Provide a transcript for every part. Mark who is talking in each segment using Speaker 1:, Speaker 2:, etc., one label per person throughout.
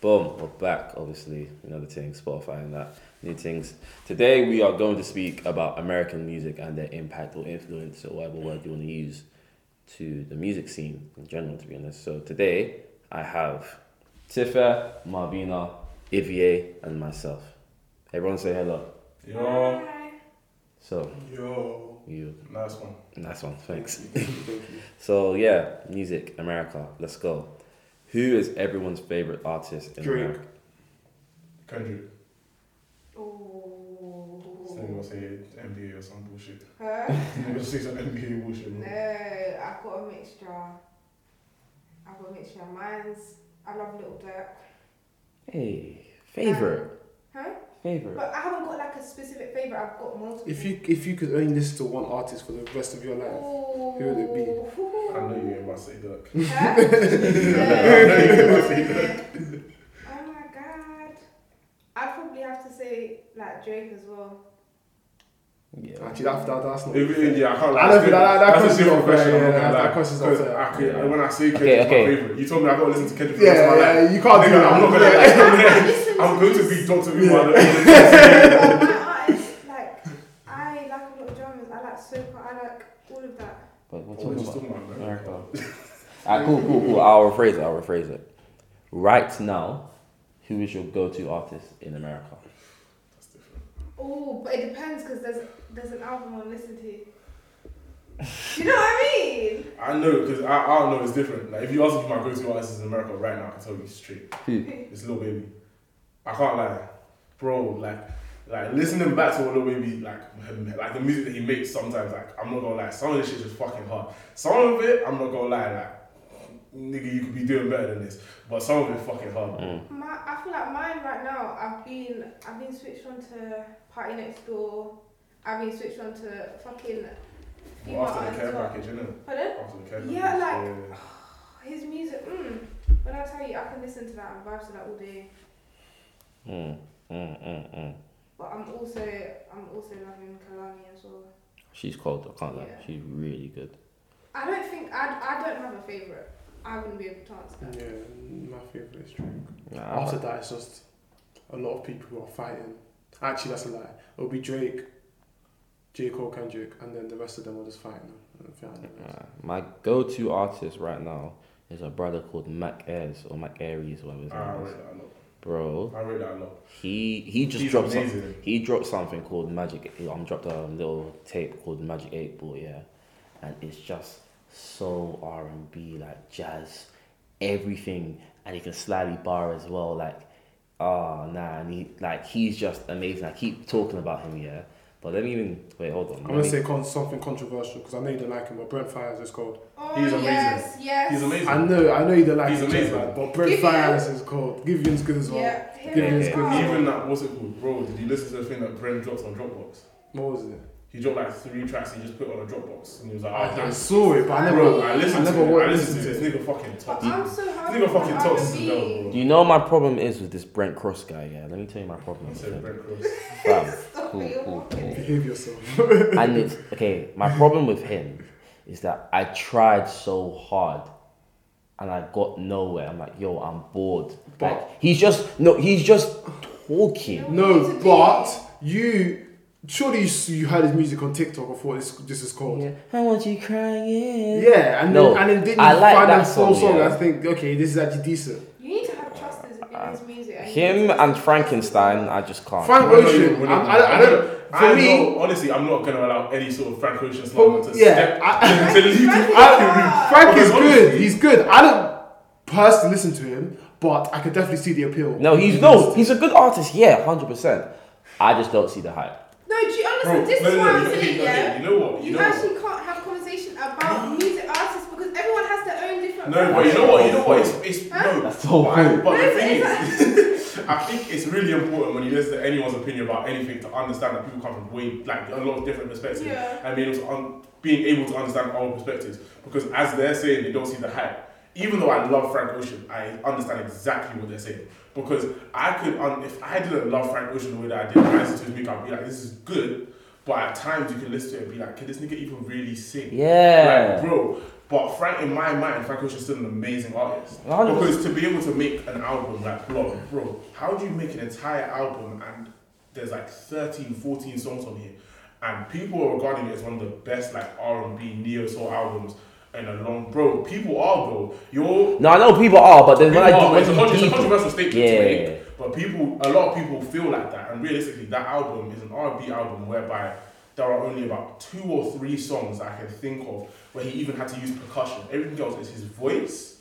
Speaker 1: Boom, we're back, obviously. You know the things, Spotify and that, new things. Today we are going to speak about American music and their impact or influence or whatever word you want to use to the music scene in general, to be honest. So today I have Tifa, Marvina, Ivier, and myself. Everyone say hello.
Speaker 2: Yo.
Speaker 1: So,
Speaker 2: Yo.
Speaker 1: you,
Speaker 2: Nice one.
Speaker 1: nice one, thanks.
Speaker 2: Thank you. Thank you.
Speaker 1: So, yeah, music, America, let's go. Who is everyone's favorite artist in
Speaker 2: Drake.
Speaker 1: America?
Speaker 2: Kendrick. So you
Speaker 3: Ooh.
Speaker 2: gonna say NBA or some bullshit.
Speaker 3: Huh?
Speaker 2: you gonna say some NBA bullshit.
Speaker 3: No,
Speaker 2: bro.
Speaker 3: I got a mixture. I got a mixture. Mine's I love Little Dirk.
Speaker 1: Hey, favorite.
Speaker 3: Huh?
Speaker 1: Favorite.
Speaker 3: But I haven't got like a specific favorite. I've got multiple.
Speaker 4: If you if you could only listen to one artist for the rest of your life,
Speaker 3: Ooh.
Speaker 4: who would it be?
Speaker 2: I know you ain't about to say Dirk.
Speaker 3: Huh? oh my god. I'd probably have to say like Drake as well.
Speaker 1: Yeah.
Speaker 4: actually that, that that's not.
Speaker 2: If- yeah, I can't
Speaker 4: I don't think that- that- that
Speaker 2: That's a
Speaker 4: question's
Speaker 2: different
Speaker 4: not fair,
Speaker 2: question. I'm
Speaker 4: yeah,
Speaker 2: not gonna
Speaker 4: that-
Speaker 2: lie.
Speaker 4: that question's not
Speaker 2: 'Cause
Speaker 4: fair.
Speaker 2: I could- When I say
Speaker 1: Okay,
Speaker 2: Kendrick's
Speaker 1: okay.
Speaker 2: my favorite, you told me I gotta listen to Kendrick for the
Speaker 4: yeah,
Speaker 2: rest of my life.
Speaker 4: yeah, you can't do
Speaker 2: I'm
Speaker 4: that.
Speaker 2: not gonna
Speaker 4: Yeah.
Speaker 2: lie.
Speaker 3: Listen
Speaker 2: I'm
Speaker 3: to
Speaker 2: going to
Speaker 3: this.
Speaker 2: be Dr. Umar.
Speaker 3: Well, my artists, like, I like a lot of genres. I like soca, I like all of that.
Speaker 1: But we're
Speaker 2: What are you
Speaker 1: talking about
Speaker 2: talking about, bro?
Speaker 1: America. Alright, cool, cool, cool. I'll rephrase it. I'll rephrase it. Right now, who is your go-to artist in America?
Speaker 2: That's different.
Speaker 3: Oh, but it depends because there's there's an album I listen to. you know what I mean?
Speaker 2: I know, because I, I don't know, it's different. Like, if you ask me who my go to artist in America right now, I can tell you straight.
Speaker 1: Who?
Speaker 2: It's Lil Baby. I can't lie, bro. Like, like listening back to what Lil Baby like, him- like the music that he makes sometimes. Like, I'm not gonna lie, some of this shit is fucking hard. Some of it, I'm not gonna lie, like. Nigga, you could be doing better than this, but some of it fucking hard.
Speaker 1: Mm.
Speaker 3: My, I feel like mine right now. I've been I've been switched on to Party Next Door. I've been switched on to fucking.
Speaker 2: Well, after the
Speaker 3: artists
Speaker 2: care
Speaker 3: as well.
Speaker 2: package, innit?
Speaker 3: Pardon?
Speaker 2: After the care package.
Speaker 3: Yeah, like-
Speaker 2: yeah.
Speaker 3: His music. Mm, when I tell you, I can listen to that and vibe to that all day.
Speaker 1: Mm, mm, mm, mm.
Speaker 3: But I'm also I'm also loving Kalani as well.
Speaker 1: She's cold. I can't lie.
Speaker 3: Yeah.
Speaker 1: She's really good.
Speaker 3: I don't think I I don't have a favorite. I wouldn't be able to answer that.
Speaker 4: Yeah, my favorite is Drake.
Speaker 1: Yeah, I
Speaker 4: After
Speaker 1: like-
Speaker 4: that, it's just a lot of people who are fighting. Actually, that's a lie. It'll be Drake, J Cole, Kendrick, and then the rest of them are just fighting. I don't think I know the rest.
Speaker 1: uh, my go-to artist right now is a brother called Mac Ayres or Mac Aries, whatever his
Speaker 2: I
Speaker 1: name
Speaker 2: rate
Speaker 1: is.
Speaker 2: that a lot.
Speaker 1: Bro,
Speaker 2: I rate that a lot.
Speaker 1: he he just
Speaker 2: He's
Speaker 1: dropped some,
Speaker 2: amazing.
Speaker 1: he dropped something called Magic. I'm dropped a little tape called Magic Eight Ball, yeah, and it's just so R and B, like jazz, everything, and he can slightly bar as well. Like, ah, nah, and he like he's just amazing. I keep talking about him, yeah, but let me even wait. Hold on.
Speaker 4: I'm
Speaker 1: let
Speaker 4: gonna
Speaker 1: me-
Speaker 4: say con- something controversial because I know you don't like him, but Brent Fires is cold.
Speaker 3: Oh
Speaker 2: He's amazing.
Speaker 3: yes, yes.
Speaker 2: He's amazing.
Speaker 4: I know, I know you don't like
Speaker 2: He's
Speaker 4: him,
Speaker 2: amazing.
Speaker 4: Jay, but Brent
Speaker 3: Givian.
Speaker 4: Fires is cold. Givian's good as well.
Speaker 3: Yeah, him
Speaker 4: Give
Speaker 3: and
Speaker 4: his good
Speaker 3: Carl.
Speaker 2: Even that, what's it called, bro? Did you listen to the thing that Bren dropped on Dropbox?
Speaker 4: What was it?
Speaker 2: He dropped like three tracks. He just put on a Dropbox, and he was like, "Ah,
Speaker 4: I, Oh, I
Speaker 2: damn."
Speaker 4: saw it, but I never,
Speaker 2: Bro, I listened
Speaker 4: I
Speaker 2: to
Speaker 4: never
Speaker 2: it.
Speaker 4: wa-
Speaker 2: I listened
Speaker 4: listened
Speaker 2: to it.
Speaker 4: to
Speaker 2: This nigga fucking
Speaker 3: But
Speaker 2: tops. This
Speaker 3: I'm so happy.
Speaker 2: nigga fucking
Speaker 3: for
Speaker 2: tops.
Speaker 3: R&B.
Speaker 2: No, bro.
Speaker 1: You know my problem is with this Brent Cross guy, yeah. Let me tell you my problem.
Speaker 2: I
Speaker 1: with
Speaker 2: said
Speaker 1: him.
Speaker 2: Brent Cross.
Speaker 1: Fam,
Speaker 3: Stop
Speaker 1: cool,
Speaker 3: it, you're
Speaker 1: cool,
Speaker 3: mocking
Speaker 1: cool.
Speaker 3: me.
Speaker 4: Behave yourself.
Speaker 1: and it's okay. My problem with him is that I tried so hard, and I got nowhere. I'm like, yo, I'm bored.
Speaker 4: But-
Speaker 1: like he's just no, he's just talking.
Speaker 3: What
Speaker 4: No,
Speaker 3: to
Speaker 4: but you surely you, s- you heard his music on TikTok before this this is called. Yeah,
Speaker 1: Yeah. I want you crying.
Speaker 4: and
Speaker 1: No,
Speaker 4: then and then didn't
Speaker 1: I
Speaker 4: you
Speaker 1: like
Speaker 4: find
Speaker 1: that
Speaker 4: that full
Speaker 1: song,
Speaker 4: song.
Speaker 1: yeah.
Speaker 4: I think okay, this is actually decent.
Speaker 3: You need to have trust in in his music. and you need
Speaker 1: Ah. Him
Speaker 3: to-
Speaker 1: and Frankenstein, I just can't.
Speaker 4: Frank
Speaker 2: We're not
Speaker 4: Ocean,
Speaker 2: even- we're
Speaker 4: I'm-
Speaker 2: not
Speaker 4: I, I,
Speaker 2: even-
Speaker 4: don't. For
Speaker 2: I
Speaker 4: me,
Speaker 2: know, honestly, I'm not gonna allow any sort of Frank Ocean slander
Speaker 4: for,
Speaker 2: to
Speaker 4: yeah,
Speaker 2: step
Speaker 4: I,
Speaker 2: to lead to
Speaker 3: Frank-
Speaker 2: fucking room.
Speaker 3: I-
Speaker 4: Frank is
Speaker 2: Because honestly-
Speaker 4: good. He's good. I don't personally listen to him, but I can definitely see the appeal.
Speaker 1: No, he's no, he's a good artist. Yeah, hundred percent. I just don't see the hype.
Speaker 3: No, do you
Speaker 2: Bro,
Speaker 3: understand? This
Speaker 2: no,
Speaker 3: is
Speaker 2: no,
Speaker 3: why
Speaker 2: no,
Speaker 3: I'm
Speaker 2: okay,
Speaker 3: saying,
Speaker 2: okay,
Speaker 3: yeah.
Speaker 2: You know what? You
Speaker 3: You
Speaker 2: know what?
Speaker 3: actually can't have conversation about music artists because everyone has their own different.
Speaker 2: No, but you know what? You know what? It's, it's no.
Speaker 1: That's so
Speaker 2: but, I-
Speaker 1: cool.
Speaker 2: but the
Speaker 3: It's-
Speaker 2: thing
Speaker 3: it's-
Speaker 2: is, I think it's really important when you listen to anyone's opinion about anything to understand that people come from way like a lot of different perspectives.
Speaker 3: Yeah.
Speaker 2: And being able, to un- being able to understand all perspectives because as they're saying, they don't see the hype. Even though I love Frank Ocean, I understand exactly what they're saying because I could, un- if I didn't love Frank Ocean the way that I did, when I listened to his music, I'd be like, this is good. But at times you can listen to it and be like, can this nigga even really sing?
Speaker 1: Yeah.
Speaker 2: Like, bro, But Frank, in my mind, Frank Ocean's still an amazing artist.
Speaker 1: 100%.
Speaker 2: Because to be able to make an album like Blow, bro, how do you make an entire album and there's like 13, 14 songs on here, and people are regarding it as one of the best like R and B neo soul albums in a long, bro. People are though. You're
Speaker 1: No, I know people are, but then when I
Speaker 2: people
Speaker 1: do,
Speaker 2: are, but it's, a,
Speaker 1: when
Speaker 2: con- it's a
Speaker 1: you deep,
Speaker 2: controversial statement
Speaker 1: Yeah.
Speaker 2: to make, but people, a lot of people feel like that, and realistically, that album is an R&B album whereby there are only about two or three songs I can think of where he even had to use percussion. Everything else is his voice,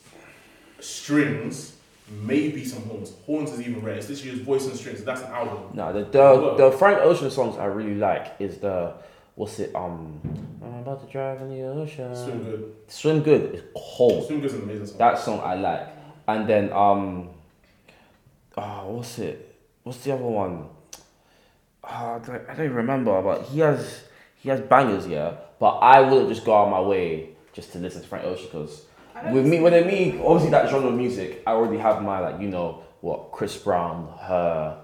Speaker 2: strings, maybe some horns. Horns is even rare. It's literally his voice and strings. That's an album.
Speaker 1: no, the, the the Frank Ocean songs I really like is the what's it um I'm about to drive in the ocean.
Speaker 2: Swim Good.
Speaker 1: Swim good is cold.
Speaker 2: Swim Good's an amazing song.
Speaker 1: That song I like, and then um, oh, what's it? What's the other one? Ah, I, don't, I don't even remember, but he has he has bangers, yeah. But I wouldn't just go out of my way just to listen to Frank Ocean because
Speaker 3: I don't
Speaker 1: with me, when it me, obviously that genre of music, I already have my like you know what Chris Brown, her,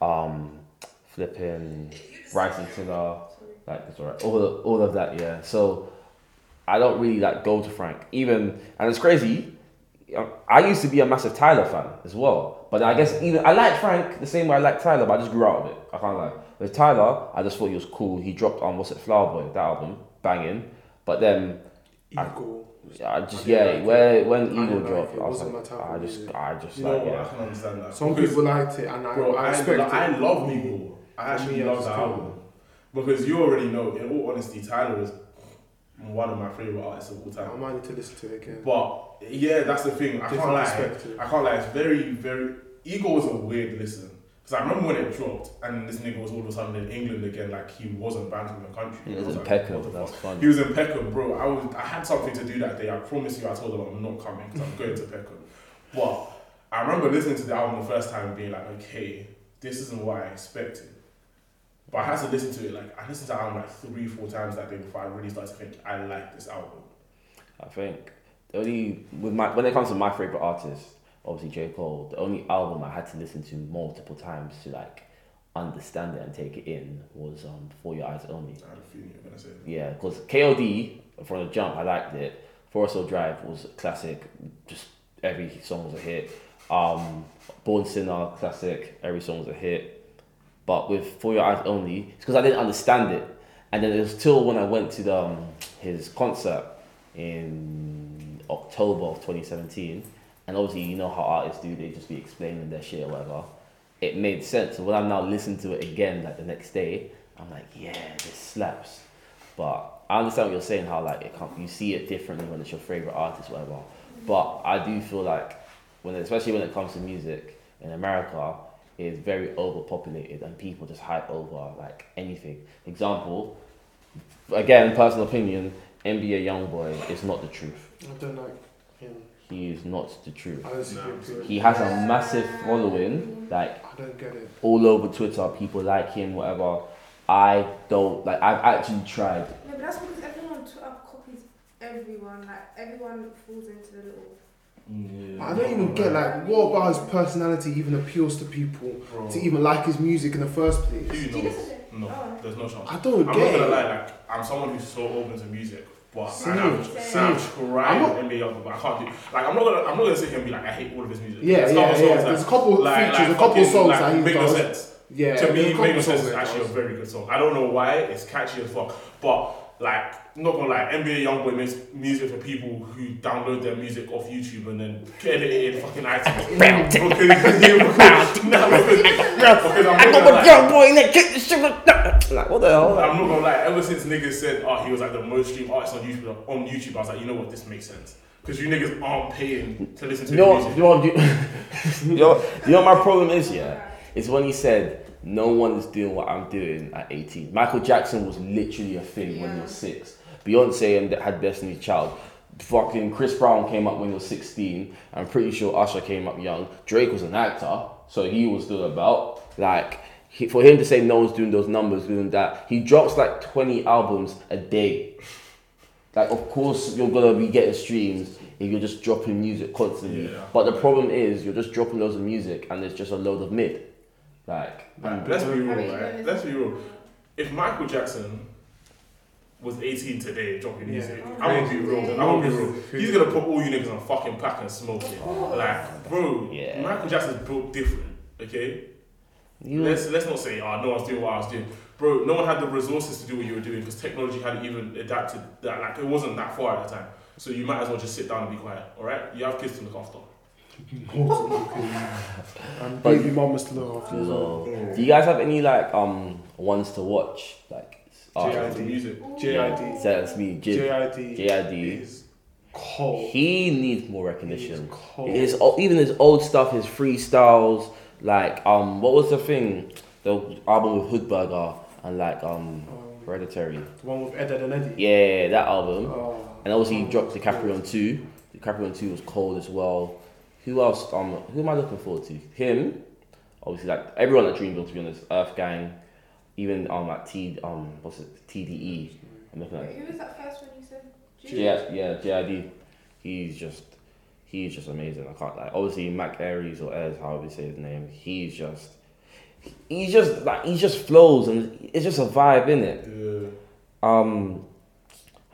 Speaker 1: um, flipping Bryson Tiller, like it's alright, all of, all of that, yeah. So I don't really like go to Frank, even and it's crazy. I- I used to be a massive Tyler fan as well, but I guess even I liked Frank the same way I liked Tyler, but I just grew out of it. I can't lie. With Tyler, I just thought he was cool. He dropped on what's it, Flower Boy, that album, banging. But then
Speaker 4: Eagle.
Speaker 1: I just
Speaker 4: I didn't
Speaker 1: yeah,
Speaker 4: like it.
Speaker 1: where when
Speaker 4: didn't
Speaker 1: Eagle
Speaker 4: like
Speaker 1: dropped,
Speaker 4: it. It
Speaker 1: I was
Speaker 4: wasn't
Speaker 1: like,
Speaker 4: my type of
Speaker 1: I just,
Speaker 4: music.
Speaker 1: I just
Speaker 2: you know
Speaker 1: like
Speaker 2: what? I
Speaker 1: yeah.
Speaker 2: can understand that.
Speaker 4: Some
Speaker 2: Because-
Speaker 4: people liked it, and I,
Speaker 2: Bro,
Speaker 4: I
Speaker 2: I,
Speaker 4: respect
Speaker 2: lo- I
Speaker 4: it.
Speaker 2: love Eagle. I actually
Speaker 4: Yeah,
Speaker 2: love
Speaker 4: it's
Speaker 2: that
Speaker 4: cool.
Speaker 2: album. Because you already know, in all honesty, Tyler is one of my favourite artists of all
Speaker 4: I
Speaker 2: time.
Speaker 4: might need to listen to it again.
Speaker 2: But yeah, that's the thing. I can't
Speaker 4: Different
Speaker 2: lie.
Speaker 4: perspective.
Speaker 2: I can't lie. It's very, very. Eagle was a weird listen. Because I remember when it dropped and this nigga was all of a sudden in England again, like he wasn't banned from the country.
Speaker 1: He
Speaker 2: I
Speaker 1: was in
Speaker 2: like,
Speaker 1: Peckham,
Speaker 2: what the
Speaker 1: that's
Speaker 2: fuck?
Speaker 1: funny.
Speaker 2: He was in Peckham, bro. I was. I had something to do that day. I promise you, I told them I'm not coming because I'm going to Peckham. But I remember listening to the album the first time and being like, okay, this isn't what I expected. But I had to listen to it like I listened to the album like three, four times that day before I really started to think I like this album.
Speaker 1: I think the only with my when it comes to my favorite artist, obviously J Cole. The only album I had to listen to multiple times to like understand it and take it in was um For Your Eyes Only.
Speaker 2: I had a feeling you're gonna say that.
Speaker 1: Yeah, because KOD from the jump, I liked it. Forest Hill Drive was a classic. Just every song was a hit. Um, Born Sinner, classic. Every song was a hit. But with For Your Eyes Only, it's because I didn't understand it. And then it was till when I went to the, um, his concert in October of 2017. And obviously, you know how artists do, they just be explaining their shit or whatever. It made sense. So when I'm now listening to it again, like the next day, I'm like, yeah, this slaps. But I understand what you're saying, how like it can't, you see it differently when it's your favorite artist, whatever. But I do feel like when, especially when it comes to music in America, it's very overpopulated and people just hype over like anything. Example, again, personal opinion, NBA YoungBoy is not the truth.
Speaker 4: I don't like him.
Speaker 1: He is not the truth.
Speaker 4: I don't see
Speaker 2: Nah,
Speaker 4: him.
Speaker 2: I'm sorry.
Speaker 1: He has a massive following, like
Speaker 4: I don't get it.
Speaker 1: all over Twitter. People like him, whatever. I don't like. I've actually tried
Speaker 3: No, but that's because everyone on Twitter copies everyone. Like everyone falls into the little.
Speaker 4: I don't even get like what about his personality even appeals to people
Speaker 2: Bro.
Speaker 4: to even like his music in the first place.
Speaker 2: You
Speaker 3: Do you
Speaker 2: know,
Speaker 3: listen to it?
Speaker 2: no,
Speaker 3: Oh.
Speaker 2: there's no chance.
Speaker 4: I don't
Speaker 2: I'm not
Speaker 4: get
Speaker 2: gonna
Speaker 4: it.
Speaker 2: lie, like I'm someone who's so open to music, but
Speaker 4: Same,
Speaker 2: I have
Speaker 3: same.
Speaker 2: I've tried
Speaker 4: I'm not-
Speaker 2: NBA Young, but I can't do. Like I'm not gonna, I'm not gonna sit here and be like I hate all of his music.
Speaker 4: yeah, yeah,
Speaker 2: There's a
Speaker 4: yeah.
Speaker 2: couple songs
Speaker 4: There's a
Speaker 2: that-
Speaker 4: couple
Speaker 2: like-
Speaker 4: features,
Speaker 2: like
Speaker 4: a couple
Speaker 2: fucking,
Speaker 4: songs
Speaker 2: like,
Speaker 4: that he
Speaker 2: make no
Speaker 4: does.
Speaker 2: sense.
Speaker 4: Yeah,
Speaker 2: to
Speaker 4: there's a
Speaker 2: me,
Speaker 4: couple
Speaker 2: Make No Sense
Speaker 4: songs
Speaker 2: is
Speaker 4: that he
Speaker 2: actually a
Speaker 4: does.
Speaker 2: very good song. I don't know why, it's catchy as fuck. But, like, not gonna lie, NBA Youngboy makes music for people who download their music off YouTube and then edit it in fucking iTunes. because, because, nah, because, because I'm, not gonna lie,
Speaker 1: young boy that kicked the sugar. Like what the hell?
Speaker 2: I'm not gonna lie, ever since niggas said, oh, he was like the most streamed artist on YouTube, on YouTube I was like, you know what, this makes sense. Because you niggas aren't paying to listen to
Speaker 1: you know,
Speaker 2: his
Speaker 1: what-
Speaker 2: music.
Speaker 1: you know, what- you, you know, what- you know what my problem is, yeah? It's when he said, no one is doing what I'm doing at 18. Michael Jackson was literally a thing when you were
Speaker 3: Yeah.
Speaker 1: six. Beyonce and had Destiny's Child. Fucking Chris Brown came up when he was 16. I'm pretty sure Usher came up young. Drake was an actor, so he was still about. Like, he, for him to say no one's doing those numbers, doing that, he drops like 20 albums a day. Like, of course, you're gonna be getting streams if you're just dropping music constantly.
Speaker 2: Yeah.
Speaker 1: But the problem is, you're just dropping loads of music and there's just a load of mid. Like,
Speaker 2: Like, let's be real,
Speaker 3: Have you
Speaker 2: right?
Speaker 3: done
Speaker 2: Let's be
Speaker 3: it?
Speaker 2: real. If Michael Jackson was 18 today dropping
Speaker 4: Yeah.
Speaker 2: music. I'm gonna be real. I'm gonna be real. He's gonna put all you niggas on a fucking pack and smoke it.
Speaker 3: Oh.
Speaker 2: Like, bro,
Speaker 1: Yeah.
Speaker 2: Michael Jackson's built different. Okay,
Speaker 1: You
Speaker 2: let's let's not say oh no one's doing what I was doing, bro. No one had the resources to do what you were doing because technology hadn't even adapted that. Like, it wasn't that far at the time. So you might as well just sit down and be quiet. All right, you have kids to look after.
Speaker 4: And
Speaker 1: But-
Speaker 4: baby mom is low after as well.
Speaker 1: Lol. Do you guys have any like um ones to watch? Like uh,
Speaker 2: After
Speaker 1: artists?
Speaker 2: the music.
Speaker 4: JID.
Speaker 1: So that's me, Jid.
Speaker 4: JID.
Speaker 1: JID.
Speaker 4: is cold.
Speaker 1: He needs more
Speaker 4: He's
Speaker 1: recognition.
Speaker 4: cold.
Speaker 1: His o- even his old stuff, his freestyles, like um, what was the thing? The album with Hoodburger and like um,
Speaker 4: Um,
Speaker 1: Hereditary.
Speaker 4: the one with Ed, Ed and Eddie.
Speaker 1: Yeah, that album.
Speaker 4: Oh.
Speaker 1: And obviously he dropped
Speaker 4: Oh,
Speaker 1: DiCaprio on two. DiCaprio on two was cold as well. Who else? Um, who am I looking forward to? Him, obviously, like everyone at Dreamville, to be honest. Earth Gang, even um, like T, um, what's it? TDE. I'm looking at.
Speaker 3: Wait, who was that first one you said? Jude?
Speaker 1: Yeah, yeah, JID. He's just, he's just amazing. I can't like. Obviously, Mac Aries or Ez, however you say his name. He's just, he's just like he just flows and it's just a vibe in it.
Speaker 2: Yeah.
Speaker 1: Um,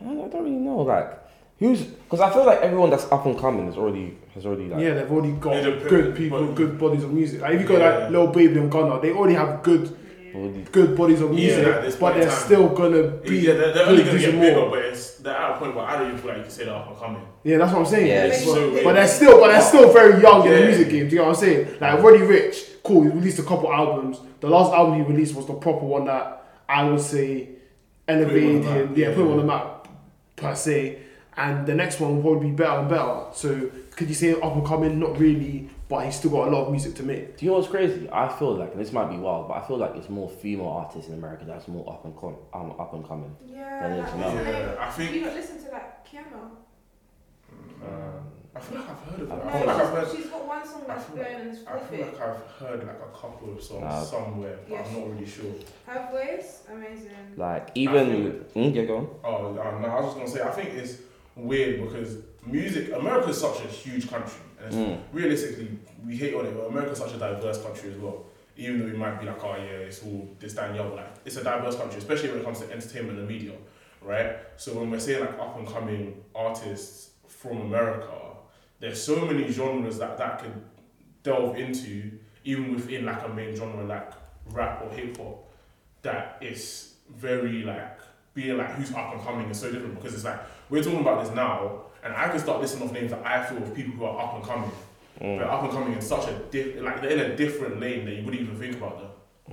Speaker 1: I don't, I don't really know, like who's because I feel like everyone that's up and coming is already has already like
Speaker 4: Yeah, they've already got
Speaker 2: Yeah, they're
Speaker 4: good
Speaker 2: put-
Speaker 4: people,
Speaker 2: but-
Speaker 4: good bodies of music. Like if you got
Speaker 2: Yeah.
Speaker 4: like Lil Baby and Gunna, they already have good,
Speaker 1: already-
Speaker 4: good bodies of
Speaker 2: Yeah,
Speaker 4: music,
Speaker 2: at this
Speaker 4: but
Speaker 2: point in
Speaker 4: they're
Speaker 2: time.
Speaker 4: still gonna be
Speaker 2: Yeah, they're, they're only
Speaker 4: good
Speaker 2: gonna
Speaker 4: vision
Speaker 2: get bigger,
Speaker 4: more.
Speaker 2: but it's, they're at a point where I don't even feel like you can say they're up and coming.
Speaker 4: Yeah, that's what I'm saying.
Speaker 1: Yeah,
Speaker 2: It's
Speaker 4: but,
Speaker 2: so
Speaker 4: but
Speaker 2: weird.
Speaker 4: they're still, but they're still very young in the
Speaker 2: Yeah.
Speaker 4: music game. Do you know what I'm saying? Like Roddy Rich, cool. He released a couple albums. The last album he released was the proper one that I would say elevated
Speaker 2: Put him on the
Speaker 4: him.
Speaker 2: map.
Speaker 4: Yeah, put him on the map per se. And the next one will probably be better and better. So could you say up and coming? Not really, but he's still got a lot of music to make.
Speaker 1: Do you know what's crazy? I feel like and this might be wild, but I feel like it's more female artists in America that's more up and com- um, up and coming.
Speaker 3: Yeah.
Speaker 1: That is
Speaker 3: like,
Speaker 1: mad.
Speaker 3: what's her
Speaker 2: Yeah,
Speaker 3: name?
Speaker 2: I think
Speaker 3: You not listen to like Kiana?
Speaker 1: Um,
Speaker 2: I feel like I've heard of
Speaker 1: I
Speaker 2: her. I feel like I've
Speaker 3: No,
Speaker 2: heard.
Speaker 3: she's, she's got one song that's
Speaker 2: I feel
Speaker 3: blown
Speaker 2: like-
Speaker 3: and it's
Speaker 2: I feel
Speaker 3: prolific.
Speaker 2: like I've heard like a couple of songs
Speaker 1: Nah.
Speaker 2: somewhere, but
Speaker 3: Yes.
Speaker 2: I'm not really sure.
Speaker 3: Her voice, amazing.
Speaker 1: Like even mm, yeah, go on.
Speaker 2: Oh no, no, I was just gonna say I think it's weird because music America's such a huge country, and it's,
Speaker 1: Mm.
Speaker 2: realistically we hate on it, but America's such a diverse country as well. Even though we might be like, oh yeah, it's all this that, and the other, like it's a diverse country, especially when it comes to entertainment and media, right? So when we're saying like up and coming artists from America, there's so many genres that that could delve into, even within like a main genre like rap or hip hop, that it's very like being like who's up and coming is so different because it's like we're talking about this now, and I can start listing off names that I feel of people who are up and coming.
Speaker 1: mm,
Speaker 2: They're up and coming in such a diff- like they're in a different lane that you wouldn't even think about them.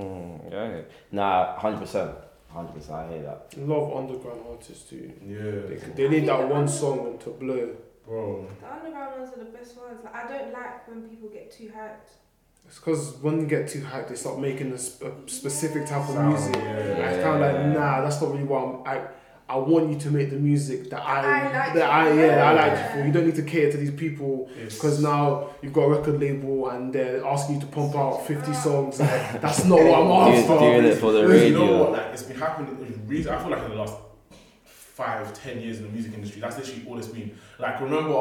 Speaker 1: Mm, yeah. Nah, hundred percent, hundred percent. I hear that.
Speaker 4: A lot of underground artists too. They,
Speaker 2: Yeah,
Speaker 4: they need that one song to blur.
Speaker 2: bro.
Speaker 3: The underground ones are the best ones. Like, I don't like when people get too hyped.
Speaker 4: It's because when you get too hyped, they start making a, sp- a specific type of
Speaker 2: Sound,
Speaker 4: music.
Speaker 2: yeah.
Speaker 4: Like, it's kind of like, nah, that's not really what I'm. I, I want you to make the music that I,
Speaker 3: I like
Speaker 4: that I,
Speaker 3: you
Speaker 4: yeah, I
Speaker 3: for.
Speaker 4: like you for. You don't need to cater to these people because now you've got a record label and they're asking you to pump out 50 songs. Like, that's not what I'm
Speaker 1: Doing, doing
Speaker 4: after.
Speaker 1: Oh, it for the
Speaker 2: you know
Speaker 1: radio.
Speaker 2: what? Like it's been happening. It's really, I feel like in the last five, ten years in the music industry, that's literally all it's been. Like remember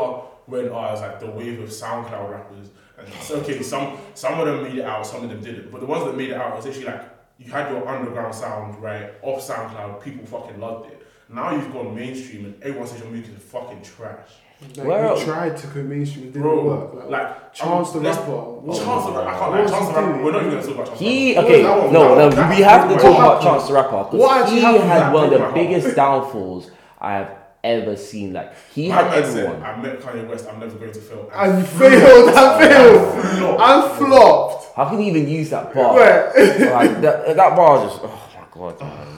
Speaker 2: when uh, it was like the wave of SoundCloud rappers, and it's okay, some some of them made it out, some of them didn't, but the ones that made it out it was literally like you had your underground sound right off SoundCloud, people fucking loved it. Now you've gone mainstream and everyone says your music is fucking trash.
Speaker 4: Like,
Speaker 1: Well-
Speaker 4: you tried to go mainstream, it didn't
Speaker 2: Bro,
Speaker 4: work. Like,
Speaker 2: Like
Speaker 4: Chance the
Speaker 2: um, let's-
Speaker 4: Rapper.
Speaker 2: Chance
Speaker 4: what-
Speaker 2: the Rapper, I can't
Speaker 4: What
Speaker 2: lie,
Speaker 4: was
Speaker 2: Chance
Speaker 4: he
Speaker 2: the Rapper,
Speaker 4: doing?
Speaker 2: we're not even gonna talk about Chance the
Speaker 1: He
Speaker 2: Rapper.
Speaker 1: okay.
Speaker 2: That one-
Speaker 1: No,
Speaker 2: that
Speaker 1: no.
Speaker 2: one- that
Speaker 1: We have to
Speaker 2: one-
Speaker 1: talk
Speaker 4: What
Speaker 1: about
Speaker 4: happened?
Speaker 1: Chance the Rapper
Speaker 4: What
Speaker 1: because
Speaker 4: actually
Speaker 1: he
Speaker 4: happened?
Speaker 1: had
Speaker 2: That
Speaker 1: one of
Speaker 2: broke
Speaker 1: the
Speaker 2: my heart.
Speaker 1: biggest downfalls I have ever seen. Like he
Speaker 2: My
Speaker 1: had
Speaker 2: man said,
Speaker 1: everyone.
Speaker 2: I met Kanye West. I'm never going to fail.
Speaker 4: And you failed, I failed. I flopped.
Speaker 1: How can you even use that bar?
Speaker 4: Right.
Speaker 1: like that, that bar just oh my god. man.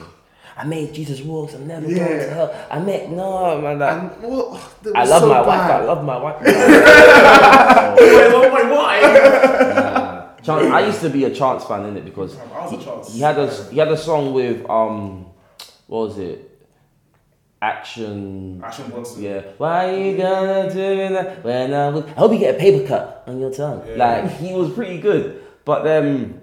Speaker 1: I made Jesus walks. I'm never going
Speaker 4: Yeah.
Speaker 1: to hell. I made no man. That,
Speaker 4: And what? that
Speaker 1: I
Speaker 4: was
Speaker 1: love
Speaker 4: so
Speaker 1: my wife.
Speaker 4: bad.
Speaker 1: I love my wife. Nah.
Speaker 2: Wait, oh my why?
Speaker 1: Chance, I used to be a Chance fan in it because
Speaker 2: I was a Chance.
Speaker 1: he had a he had a song with um what was it action.
Speaker 2: Action Bronson.
Speaker 1: Yeah, why you gonna do that when I was? I hope you get a paper cut on your tongue.
Speaker 2: Yeah.
Speaker 1: Like he was pretty good, but then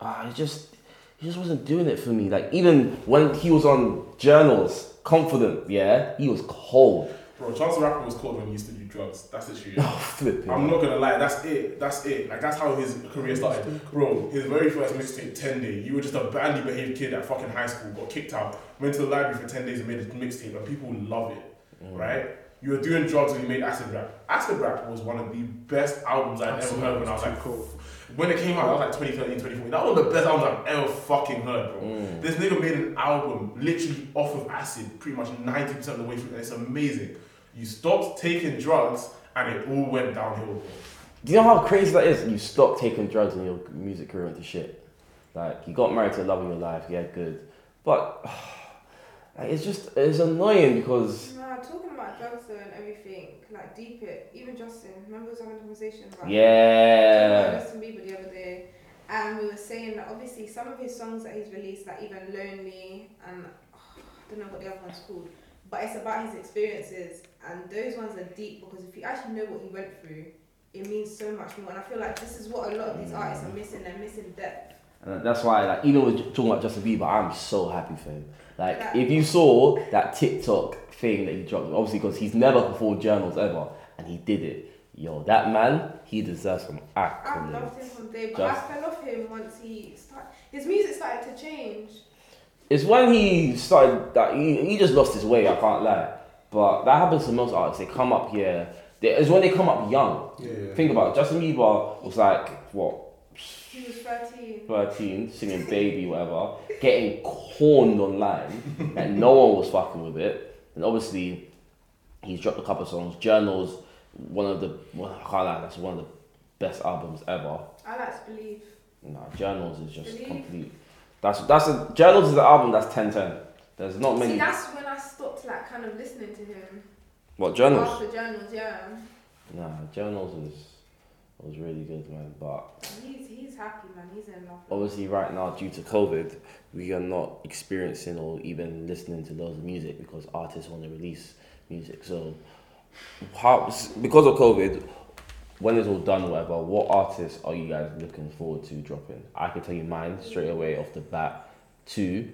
Speaker 1: ah, it just he just wasn't doing it for me. Like even when he was on journals, confident, yeah, he was cold.
Speaker 2: Bro, Chance the Rapper was called when he used to do drugs. That's the shit.
Speaker 1: Oh, flipping.
Speaker 2: I'm not gonna lie, that's it. That's it. Like that's how his career started. Bro, his very first mixtape, 10 Day, you were just a badly behaved kid at fucking high school, got kicked out, went to the library for 10 days and made a mixtape, and people love it, right? You were doing drugs and you made Acid Rap. Acid Rap was one of the best albums I'd ever heard when I was like,
Speaker 4: cool.
Speaker 2: when it came out, that was like 2013, 2014. That was one of the best albums I've ever fucking heard, bro.
Speaker 1: Mm.
Speaker 2: This nigga made an album literally off of acid, pretty much 90% of the way through, and it's amazing. You stopped taking drugs and it all went downhill. bro.
Speaker 1: Do you know how crazy that is? You stopped taking drugs and your music career went to shit. Like you got married to the love of your life, yeah, good. But like, it's just it's annoying because
Speaker 3: Nah, talking about drugs though and everything, like deep it. Even Justin, remember we was having a conversation about
Speaker 1: yeah,
Speaker 3: Justin Bieber the other day, and we were saying that obviously some of his songs that he's released, like even Lonely and oh, I don't know what the other one's called, but it's about his experiences, and those ones are deep because if you actually know what he went through, it means so much more. And I feel like this is what a lot of
Speaker 1: Mm.
Speaker 3: these artists are missing. They're missing depth.
Speaker 1: and that's why like even with talking about Justin Bieber, I'm so happy for him. Like if you saw that TikTok thing that he dropped, obviously because he's never performed journals ever, and he did it. Yo, that man, he deserves some
Speaker 3: I've
Speaker 1: accolades.
Speaker 3: loved him from day, but
Speaker 1: Just-
Speaker 3: I fell off him once he started. His music started to change.
Speaker 1: It's when he started that he, he just lost his way. I can't lie, but that happens to most artists. They come up here. They, it's when they come up young.
Speaker 2: Yeah.
Speaker 1: Think about it, Justin Bieber was like what
Speaker 3: He was thirteen.
Speaker 1: thirteen, singing "Baby" whatever, getting corned online, and no one was fucking with it. And obviously, he's dropped a couple of songs. Journals, one of the well, I can't lie, that's one of the best albums ever.
Speaker 3: I like to believe.
Speaker 1: Nah, Journals is just
Speaker 3: Really?
Speaker 1: complete. That's that's a, Journals is an album that's ten ten. There's not
Speaker 3: See,
Speaker 1: many.
Speaker 3: that's when I stopped like kind of listening to him.
Speaker 1: What journals?
Speaker 3: After journals, yeah.
Speaker 1: Nah, journals was was really good, man. But
Speaker 3: He's he's happy, man. He's in love.
Speaker 1: obviously, right now, due to COVID, we are not experiencing or even listening to loads of music because artists want to release music. So, how because of COVID, when it's all done, whatever, what artists are you guys looking forward to dropping? I can tell you mine straight away off the bat. Two,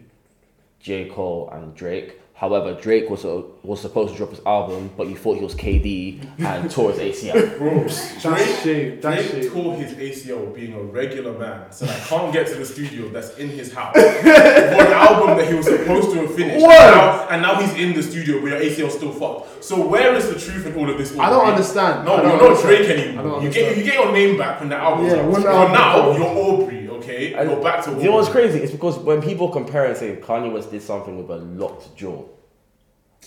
Speaker 1: J Cole and Drake. However, Drake was uh, was supposed to drop his album, but you thought he was KD and tore his ACL.
Speaker 2: Bro,
Speaker 4: That's
Speaker 2: Drake,
Speaker 4: shame. That's
Speaker 2: Drake
Speaker 4: shame.
Speaker 2: tore his ACL being a regular man, so I can't get to the studio that's in his house for an album that he was supposed to have finished.
Speaker 1: Word.
Speaker 2: And now, and now he's in the studio, but your ACL's still fucked. So where is the truth in all of this?
Speaker 4: I don't
Speaker 2: Aubrey?
Speaker 4: understand.
Speaker 2: No,
Speaker 4: I don't
Speaker 2: you're not
Speaker 4: understand.
Speaker 2: Drake
Speaker 4: I don't
Speaker 2: anymore. You get
Speaker 4: understand.
Speaker 2: you get your name back when the album's
Speaker 4: Yeah,
Speaker 2: out.
Speaker 4: when the
Speaker 2: But
Speaker 4: album's
Speaker 2: now
Speaker 4: out.
Speaker 2: you're Aubrey, okay?
Speaker 1: And
Speaker 2: you're back
Speaker 1: Do
Speaker 2: to Aubrey.
Speaker 1: you know what's crazy? It's because when people compare and say Kanye West did something with a locked jaw,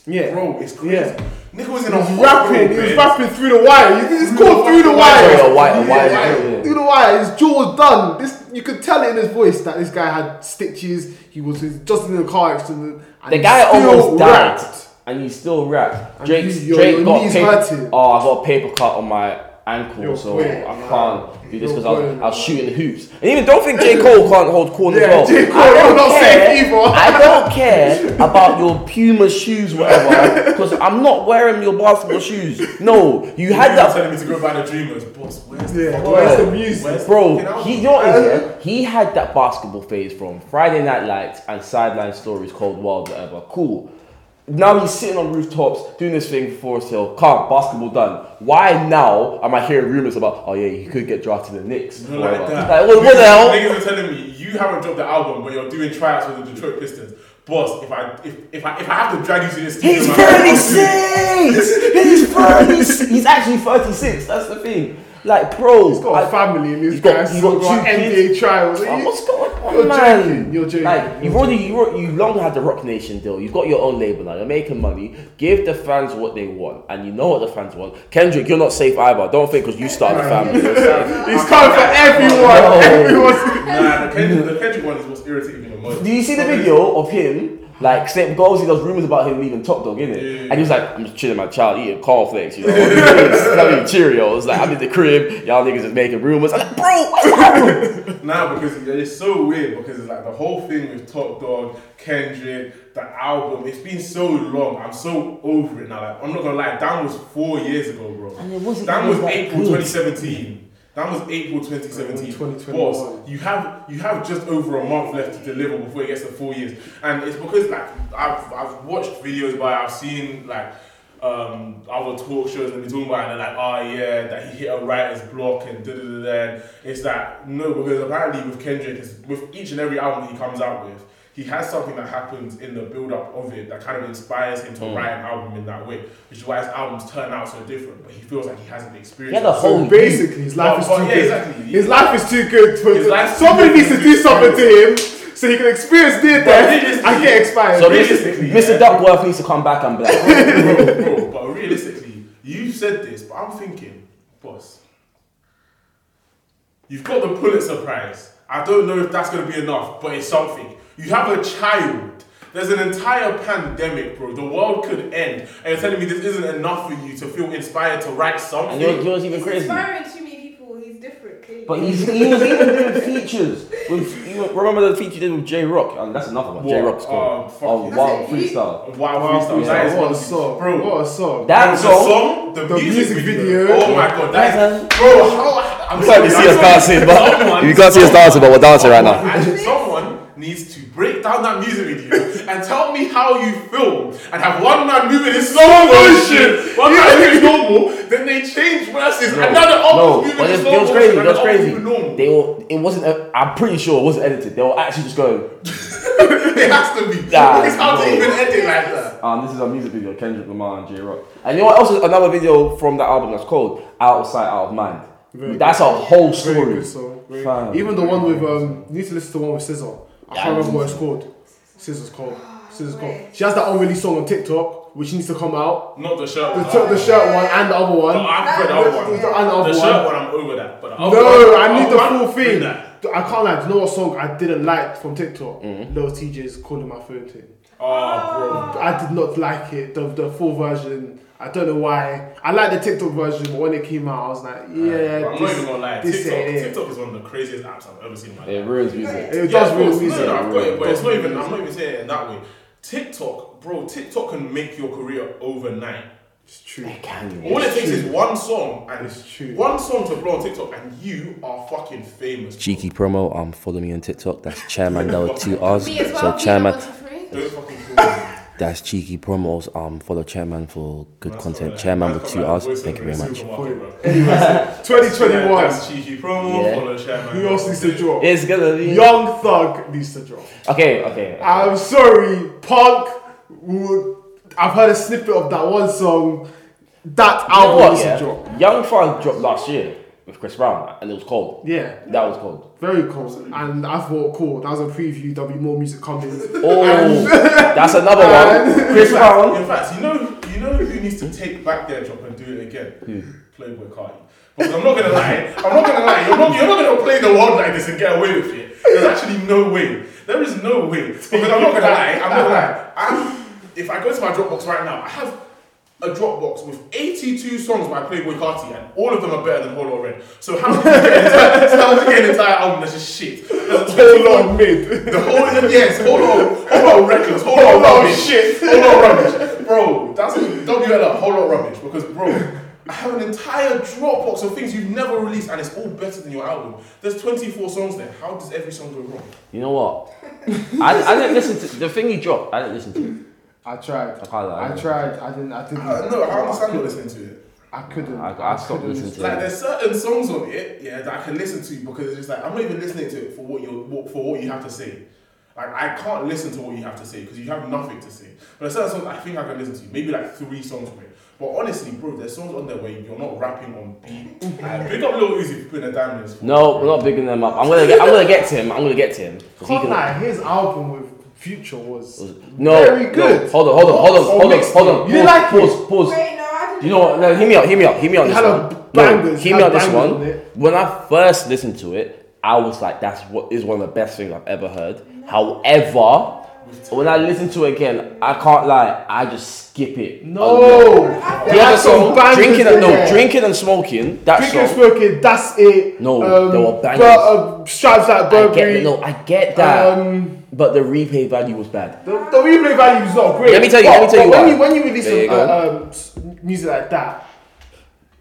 Speaker 4: Yeah.
Speaker 2: Bro, it's crazy.
Speaker 4: Yeah.
Speaker 2: Nigga was in
Speaker 4: He
Speaker 2: a
Speaker 4: was
Speaker 2: hospital
Speaker 4: rapping. He was
Speaker 2: bed.
Speaker 4: rapping through the wire. You- It's called through the
Speaker 1: Sorry,
Speaker 4: wire.
Speaker 1: a wire- a wire,
Speaker 4: Yeah, like,
Speaker 1: yeah.
Speaker 4: Through the wire. His jaw was done. This you could tell it in his voice that this guy had stitches. He was he was just in a car accident. and
Speaker 1: the
Speaker 4: he
Speaker 1: guy
Speaker 4: still
Speaker 1: almost died,
Speaker 4: rapped.
Speaker 1: and you still rap.
Speaker 4: And
Speaker 1: Drake's,
Speaker 4: you- your-
Speaker 1: Drake
Speaker 4: your
Speaker 1: got
Speaker 4: knees
Speaker 1: paper.
Speaker 4: hurting.
Speaker 1: Oh, I got a paper cut on my ankle,
Speaker 4: You're
Speaker 1: so
Speaker 4: quitting,
Speaker 1: I
Speaker 4: man.
Speaker 1: can't do this
Speaker 4: You're
Speaker 1: because I, was-
Speaker 4: quitting,
Speaker 1: I was
Speaker 4: man.
Speaker 1: shooting hoops. And even don't think J Cole can't hold corners
Speaker 4: Yeah,
Speaker 1: well.
Speaker 4: J. Cole,
Speaker 1: I don't
Speaker 4: you're not
Speaker 1: care-
Speaker 4: safe either.
Speaker 1: I don't care about your Puma shoes, whatever, because I'm not wearing your basketball shoes. No, you had
Speaker 2: You
Speaker 1: that
Speaker 2: telling me to go buy the Dreamers, boss. Where's the
Speaker 4: Yeah.
Speaker 2: fucking
Speaker 4: Where's the
Speaker 1: Bro,
Speaker 4: music?
Speaker 2: fucking
Speaker 1: Bro,
Speaker 2: album?
Speaker 1: he you know what it is, yeah? he had that basketball phase from Friday Night Lights and Sideline Stories, Cold Wild, whatever. Cool. Now he's sitting on rooftops doing this thing for Forest Hill. Calm, basketball done. Why now am I hearing rumors about? Oh yeah, he could get drafted to the Knicks.
Speaker 2: You know,
Speaker 1: whatever.
Speaker 2: like that.
Speaker 1: Like, what, what the hell?
Speaker 2: Niggas are telling me you haven't dropped the album, but you're doing tryouts with the Detroit Pistons. Boss, if I if, if I if I have to drag you to this team,
Speaker 1: He's
Speaker 2: I'm like, I'll do it.
Speaker 1: 36. He's 36. He's actually 36. That's the thing. Like, bro,
Speaker 4: He's got
Speaker 1: I-
Speaker 4: a family and
Speaker 1: he's
Speaker 4: this
Speaker 1: got-
Speaker 4: guy's
Speaker 1: he's
Speaker 4: still
Speaker 1: got
Speaker 4: got
Speaker 1: two
Speaker 4: NBA trials.
Speaker 1: Oh,
Speaker 4: You-
Speaker 1: what's going on,
Speaker 4: You're
Speaker 1: man?
Speaker 4: joking, you're joking,
Speaker 1: Like
Speaker 4: you're
Speaker 1: you've already you were- you long had the Rock Nation deal. You've got your own label now. You're making money. Give the fans what they want, and you know what the fans want. Kendrick, you're not safe either. Don't think because you started a family.
Speaker 4: He's coming for everyone.
Speaker 1: No.
Speaker 4: Everyone's
Speaker 2: Nah, the Kendrick, the Kendrick one is what's irritating me the most.
Speaker 1: Do you see the
Speaker 2: Because-
Speaker 1: video of him? Like, Snip goes, he does rumors about him leaving Top Dog, innit?
Speaker 2: Yeah.
Speaker 1: And he was like, I'm just chilling my child, eating cornflakes, you know? I'm eating Cheerios. Like, I'm in the crib, y'all niggas is making rumors. I'm like, bro, what's happening?
Speaker 2: Nah, because it- it's so weird because it's like the whole thing with Top Dog, Kendrick, the album. It's been so long. I'm so over it now. Like I'm not gonna lie, that was four years ago, bro.
Speaker 1: And it wasn't
Speaker 2: That
Speaker 1: even
Speaker 2: was
Speaker 1: that
Speaker 2: April
Speaker 1: good.
Speaker 2: 2017. That was April 2017.
Speaker 4: April 2021.
Speaker 2: Boss, you have you have just over a month left to deliver before it gets to four years, and it's because like I've I've watched videos by I've seen like. um, other talk shows and they talking about it and they're like, oh yeah, that he hit a writer's block and da da da da. It's that no, because apparently with Kendrick, it's, with each and every album he comes out with, he has something that happens in the build up of it that kind of inspires him to
Speaker 1: Mm.
Speaker 2: write an album in that way, which is why his albums turn out so different. But he feels like he hasn't
Speaker 1: He
Speaker 2: experienced.
Speaker 1: had a
Speaker 2: it.
Speaker 1: whole
Speaker 4: So Oh, basically, his life
Speaker 2: But-
Speaker 4: is
Speaker 2: but
Speaker 4: too
Speaker 2: oh, yeah,
Speaker 4: good.
Speaker 2: exactly.
Speaker 4: His life is too good. For,
Speaker 2: His life's too
Speaker 4: somebody
Speaker 2: good
Speaker 4: needs
Speaker 2: to be
Speaker 4: to do something to him so he can experience near
Speaker 2: But
Speaker 4: death
Speaker 2: realistically-
Speaker 4: and get expired.
Speaker 1: So this is,
Speaker 2: Realistically,
Speaker 1: Mr.
Speaker 2: yeah.
Speaker 1: Duckworth needs to come back and be like,
Speaker 2: bro, bro, but realistically, you said this, but I'm thinking, boss, you've got the Pulitzer Prize. I don't know if that's going to be enough, but it's something. You have a child. There's an entire pandemic, bro. The world could end. And you're telling me this isn't enough for you to feel inspired to write
Speaker 1: and
Speaker 2: something?
Speaker 1: you're, you're even
Speaker 3: He's
Speaker 1: crazy.
Speaker 3: inspiring too many people. He's different, clearly.
Speaker 1: But he's, he was even doing features. With, you remember the feature you did with J Rock? And that's another one.
Speaker 2: What?
Speaker 1: J Rock's
Speaker 2: Oh,
Speaker 1: called
Speaker 2: fuck
Speaker 1: oh,
Speaker 2: yeah.
Speaker 1: Wild
Speaker 3: That's it, you-
Speaker 1: Freestyle.
Speaker 2: Wild
Speaker 4: Wow,
Speaker 2: freestyle. That is
Speaker 4: what a
Speaker 2: one-
Speaker 4: song.
Speaker 2: Bro,
Speaker 4: What a song.
Speaker 2: Bro,
Speaker 1: That
Speaker 2: the
Speaker 1: song.
Speaker 2: song, the,
Speaker 4: The
Speaker 2: music,
Speaker 4: music
Speaker 2: video.
Speaker 4: video.
Speaker 2: Oh my god, that is,
Speaker 1: That's
Speaker 2: bro. How, I'm,
Speaker 1: I'm sorry to see us dancing, but
Speaker 2: someone-
Speaker 1: you can't see us dancing, but we're dancing right now.
Speaker 2: And someone needs to break down that music video and tell me how you feel and have one man moving in slow motion, one man moving normal, then they change verses and now the
Speaker 1: No,
Speaker 2: other
Speaker 1: but
Speaker 2: moving in
Speaker 1: it,
Speaker 2: slow
Speaker 1: it was
Speaker 2: motion
Speaker 1: crazy. It
Speaker 2: and
Speaker 1: was
Speaker 2: the
Speaker 1: crazy.
Speaker 2: other normal.
Speaker 1: They were. It wasn't. i I'm pretty sure it wasn't edited. They were actually just going.
Speaker 2: It has to be.
Speaker 1: Nah,
Speaker 2: because how do you
Speaker 1: no.
Speaker 2: even edit like that?
Speaker 1: Um, this is a music video. Kendrick Lamar and J Rock. And you know what else? Is another video from that album that's called "Out of Sight, Out of Mind."
Speaker 4: Very
Speaker 1: that's a whole
Speaker 4: Very
Speaker 1: story.
Speaker 4: good song. Very
Speaker 1: Fam.
Speaker 4: good. Even the one with um, need to listen to the one with Scissor. I
Speaker 1: Yeah,
Speaker 4: can't remember what
Speaker 1: I
Speaker 4: it's called. Scissor's called. Scissor's called.
Speaker 3: wait.
Speaker 4: She has that unreleased song on TikTok, which needs to come out.
Speaker 2: Not the shirt
Speaker 4: The,
Speaker 2: one.
Speaker 4: t- the shirt one and the other one.
Speaker 2: No, I've read the
Speaker 4: The-
Speaker 2: other
Speaker 4: the-
Speaker 2: one.
Speaker 4: the- and the other
Speaker 2: The
Speaker 4: one.
Speaker 2: shirt one, I'm over that. But the other
Speaker 4: No,
Speaker 2: one,
Speaker 4: I need the
Speaker 2: other
Speaker 4: full
Speaker 2: one,
Speaker 4: thing.
Speaker 2: bring that.
Speaker 4: I can't lie. Do you know what song I didn't like from TikTok?
Speaker 1: Mm-hmm.
Speaker 4: Lil TJ's calling my phone thing.
Speaker 2: Oh, bro.
Speaker 4: I did not like it. The, the full version. I don't know why. I like the TikTok version, but when it came out, I was like,
Speaker 2: Bro,
Speaker 4: yeah.
Speaker 2: I'm not
Speaker 4: this-
Speaker 2: even gonna lie.
Speaker 4: this
Speaker 2: TikTok,
Speaker 4: ain't it.
Speaker 2: TikTok is one of the craziest apps I've ever seen in my life.
Speaker 1: It ruins music.
Speaker 4: It
Speaker 2: Yeah,
Speaker 4: does
Speaker 2: of
Speaker 4: ruin
Speaker 2: course.
Speaker 4: music.
Speaker 2: No, no, I've got it, but it's
Speaker 4: Does
Speaker 2: not
Speaker 4: ruin
Speaker 2: even. I'm
Speaker 4: music.
Speaker 2: not even saying it in that way. TikTok, bro. TikTok can make your career overnight.
Speaker 4: It's true.
Speaker 1: It can.
Speaker 2: All it takes
Speaker 4: true.
Speaker 2: is one song and
Speaker 4: It's true.
Speaker 2: one song to blow on TikTok, and you are fucking famous.
Speaker 1: Cheeky promo. Um, follow me on TikTok. That's Chairman Del Two R's.
Speaker 3: Me as well.
Speaker 1: So
Speaker 3: Vina
Speaker 1: Chairman.
Speaker 3: one, two, three.
Speaker 2: Don't fucking call me.
Speaker 1: That's cheeky promos. Um, follow Chairman for good
Speaker 2: That's
Speaker 1: content.
Speaker 2: alright.
Speaker 1: Chairman
Speaker 2: That's
Speaker 1: with
Speaker 2: come
Speaker 1: two
Speaker 2: like
Speaker 1: R's.
Speaker 2: the voice
Speaker 1: Thank you very
Speaker 2: of the
Speaker 1: much.
Speaker 2: supermarket, bro.
Speaker 4: 2021.
Speaker 2: That's cheeky promo.
Speaker 1: Yeah.
Speaker 2: Follow Chairman.
Speaker 4: Who else needs to drop?
Speaker 1: It's gonna be
Speaker 4: Young Thug needs to drop.
Speaker 1: okay. Okay.
Speaker 4: I'm sorry, Punk. would- I've heard a snippet of that one song. That
Speaker 1: You know
Speaker 4: album
Speaker 1: what,
Speaker 4: needs
Speaker 1: yeah?
Speaker 4: to drop.
Speaker 1: Young Thug dropped last year with Chris Brown, and it was cold.
Speaker 4: Yeah.
Speaker 1: That was cold.
Speaker 4: Very cool. And I thought, cool, that was a preview. There'll be more music coming.
Speaker 1: Oh, that's another one. Chris Brown.
Speaker 2: In fact, you know, you know who needs to take back their job and do it again? Playboy Carti. Because I'm not gonna lie, I'm not gonna lie. You're not, you're not gonna play the world like this and get away with it. There's actually no way. There is no way. Because I'm not gonna lie. I'm not gonna lie. i if I go to my Dropbox right now, I have a Dropbox with 82 songs by Playboy Carti, and all of them are better than Whole Lot Red. So how did you get an entire, so how did you get an entire album that's just shit? There's a
Speaker 4: Whole
Speaker 2: 24
Speaker 4: lot mid.
Speaker 2: the whole yes, hold on, hold on, reckless, hold on,
Speaker 4: Hold on,
Speaker 2: rubbish, shit, hold on, rubbish, bro. That's WLR, hold on, rubbish, because bro, I have an entire Dropbox of things you've never released, and it's all better than your album. There's 24 songs there. How does every song go wrong?
Speaker 1: You know what? I, I didn't listen to the thing he dropped. I didn't listen to it.
Speaker 4: I tried.
Speaker 1: I can't lie.
Speaker 4: I tried. I didn't. I didn't.
Speaker 2: I no, I understand not listening to it.
Speaker 4: I couldn't.
Speaker 1: I- I stopped
Speaker 4: couldn't
Speaker 1: listening to
Speaker 2: Like there's certain songs on it, yeah, that I can listen to because it's just like I'm not even listening to it for what you what- for what you have to say. Like I can't listen to what you have to say because you have nothing to say. But there's certain songs I think I can listen to, maybe like three songs from it. But honestly, bro, there's songs on there where you're not rapping on beat. Like, Big up Lil Uzi for putting a dime in his.
Speaker 1: No, we're not bigging them up. I'm gonna get. I'm gonna get to him. I'm gonna get to him. 'Cause he
Speaker 4: Can't
Speaker 1: can-
Speaker 4: lie, his album with Future was
Speaker 1: No,
Speaker 4: very good.
Speaker 1: no. Hold on. Hold on. Hold on.
Speaker 4: Or
Speaker 1: Hold on.
Speaker 4: mixed
Speaker 1: Hold
Speaker 4: it.
Speaker 1: on.
Speaker 4: You didn't like
Speaker 1: pause.
Speaker 4: it.
Speaker 1: Pause. pause.
Speaker 3: Wait, no, I didn't.
Speaker 1: You know what? No, hear me out. Hear me out. Hear me out.
Speaker 4: It
Speaker 1: This
Speaker 4: had a
Speaker 1: one.
Speaker 4: bangers,
Speaker 1: no, hear
Speaker 4: it
Speaker 1: me
Speaker 4: had
Speaker 1: out. This
Speaker 4: bangers
Speaker 1: one.
Speaker 4: on it.
Speaker 1: When I first listened to it, I was like, "That's what is one of the best things I've ever heard." However, when I listen to it again, I can't lie. I just skip it.
Speaker 4: no.
Speaker 1: Oh, The other
Speaker 4: That's some
Speaker 1: song,
Speaker 4: bangers
Speaker 1: drinking and
Speaker 4: in
Speaker 1: no,
Speaker 4: there.
Speaker 1: drinking and smoking. That
Speaker 4: Drinking
Speaker 1: song.
Speaker 4: Smoking, that's it.
Speaker 1: No, they were bangers.
Speaker 4: But, uh, stripes like
Speaker 1: I get
Speaker 4: Burberry.
Speaker 1: that. No, I get that.
Speaker 4: Um,
Speaker 1: but the replay value was bad.
Speaker 4: the, the replay value is not great.
Speaker 1: Let me tell you- let me
Speaker 4: But-
Speaker 1: tell you
Speaker 4: but when
Speaker 1: why.
Speaker 4: you when you release
Speaker 1: There you
Speaker 4: uh, um, s- music like that,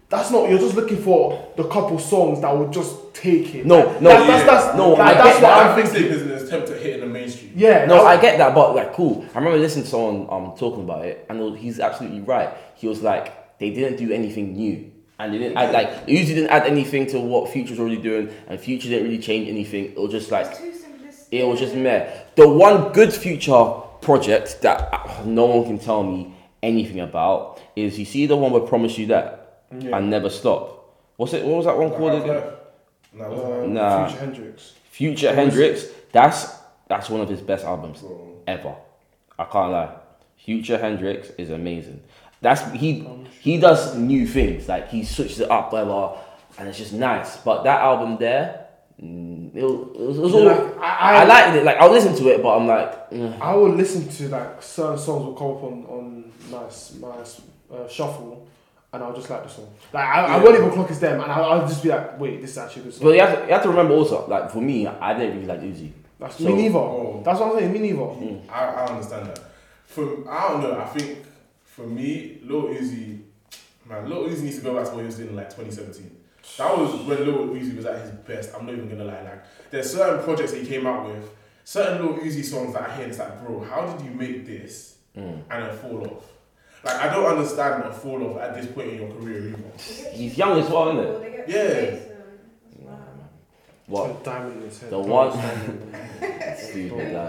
Speaker 5: That's not. You're just looking for the couple songs that will just take it.
Speaker 1: No, no,
Speaker 5: That's, that's, that's,
Speaker 1: no, I
Speaker 5: Like,
Speaker 1: get
Speaker 5: that's what
Speaker 1: that.
Speaker 5: I'm
Speaker 2: Mixtape
Speaker 5: thinking.
Speaker 2: is an attempt at hitting the mainstream.
Speaker 5: Yeah.
Speaker 1: No,
Speaker 5: that's-
Speaker 1: I get that, but like, cool. I remember listening to someone um talking about it, and he's absolutely right. He was like, they didn't do anything new, and they didn't add like, Uzi didn't add anything to what Future's already doing, and Future didn't really change anything. It was just like
Speaker 3: It's too simplistic.
Speaker 1: it was just meh. The one good future project that uh, no one can tell me anything about is you see the one where Promise You That and Never Stop. What's it? What was that one
Speaker 2: Like,
Speaker 1: called
Speaker 2: I've
Speaker 1: again?
Speaker 2: heard. No, it wasn't.
Speaker 4: Um,
Speaker 1: Nah.
Speaker 4: Future Hendrix.
Speaker 1: Future Hendrix. That's that's one of his best albums
Speaker 2: Bro.
Speaker 1: ever. I can't lie. Future Hendrix is amazing. That's he he does new things like he switches it up whatever, and it's just nice. But that album there, mm, it, was- it was, it was all.
Speaker 5: Like,
Speaker 1: I,
Speaker 5: I, I,
Speaker 1: liked it. Like I'll listen to it, but I'm like, mm,
Speaker 5: I will listen to like certain songs will come up on on my s- my s- uh, shuffle, and I'll just like the song. Like I, I
Speaker 2: Yeah.
Speaker 5: won't even clock it's them, and I'll, I'll just be like, wait, this is actually a good song.
Speaker 1: but you have, to, you have to remember also like for me, I didn't really like Uzi.
Speaker 5: That's
Speaker 1: So-
Speaker 5: me neither.
Speaker 2: Oh.
Speaker 5: That's what I'm saying. Me neither.
Speaker 2: I, I understand that. For I don't know. I think for me, Lil Uzi, man, Lil Uzi needs to go back to what he was doing in like 2017. That was when Lil Uzi was at his best. I'm not even gonna lie. Like there's certain projects that he came out with, certain Lil Uzi songs that I hear. and It's like, bro, how did you make this
Speaker 1: Mm.
Speaker 2: and then fall off? Like I don't understand a fall off at this point in your career either.
Speaker 1: He's young as well, isn't it?
Speaker 3: They get
Speaker 2: Yeah.
Speaker 3: complacent as well.
Speaker 1: What?
Speaker 4: A diamond in his head.
Speaker 1: The
Speaker 4: Don't
Speaker 1: one-
Speaker 4: stand in the-
Speaker 1: Stupid, like,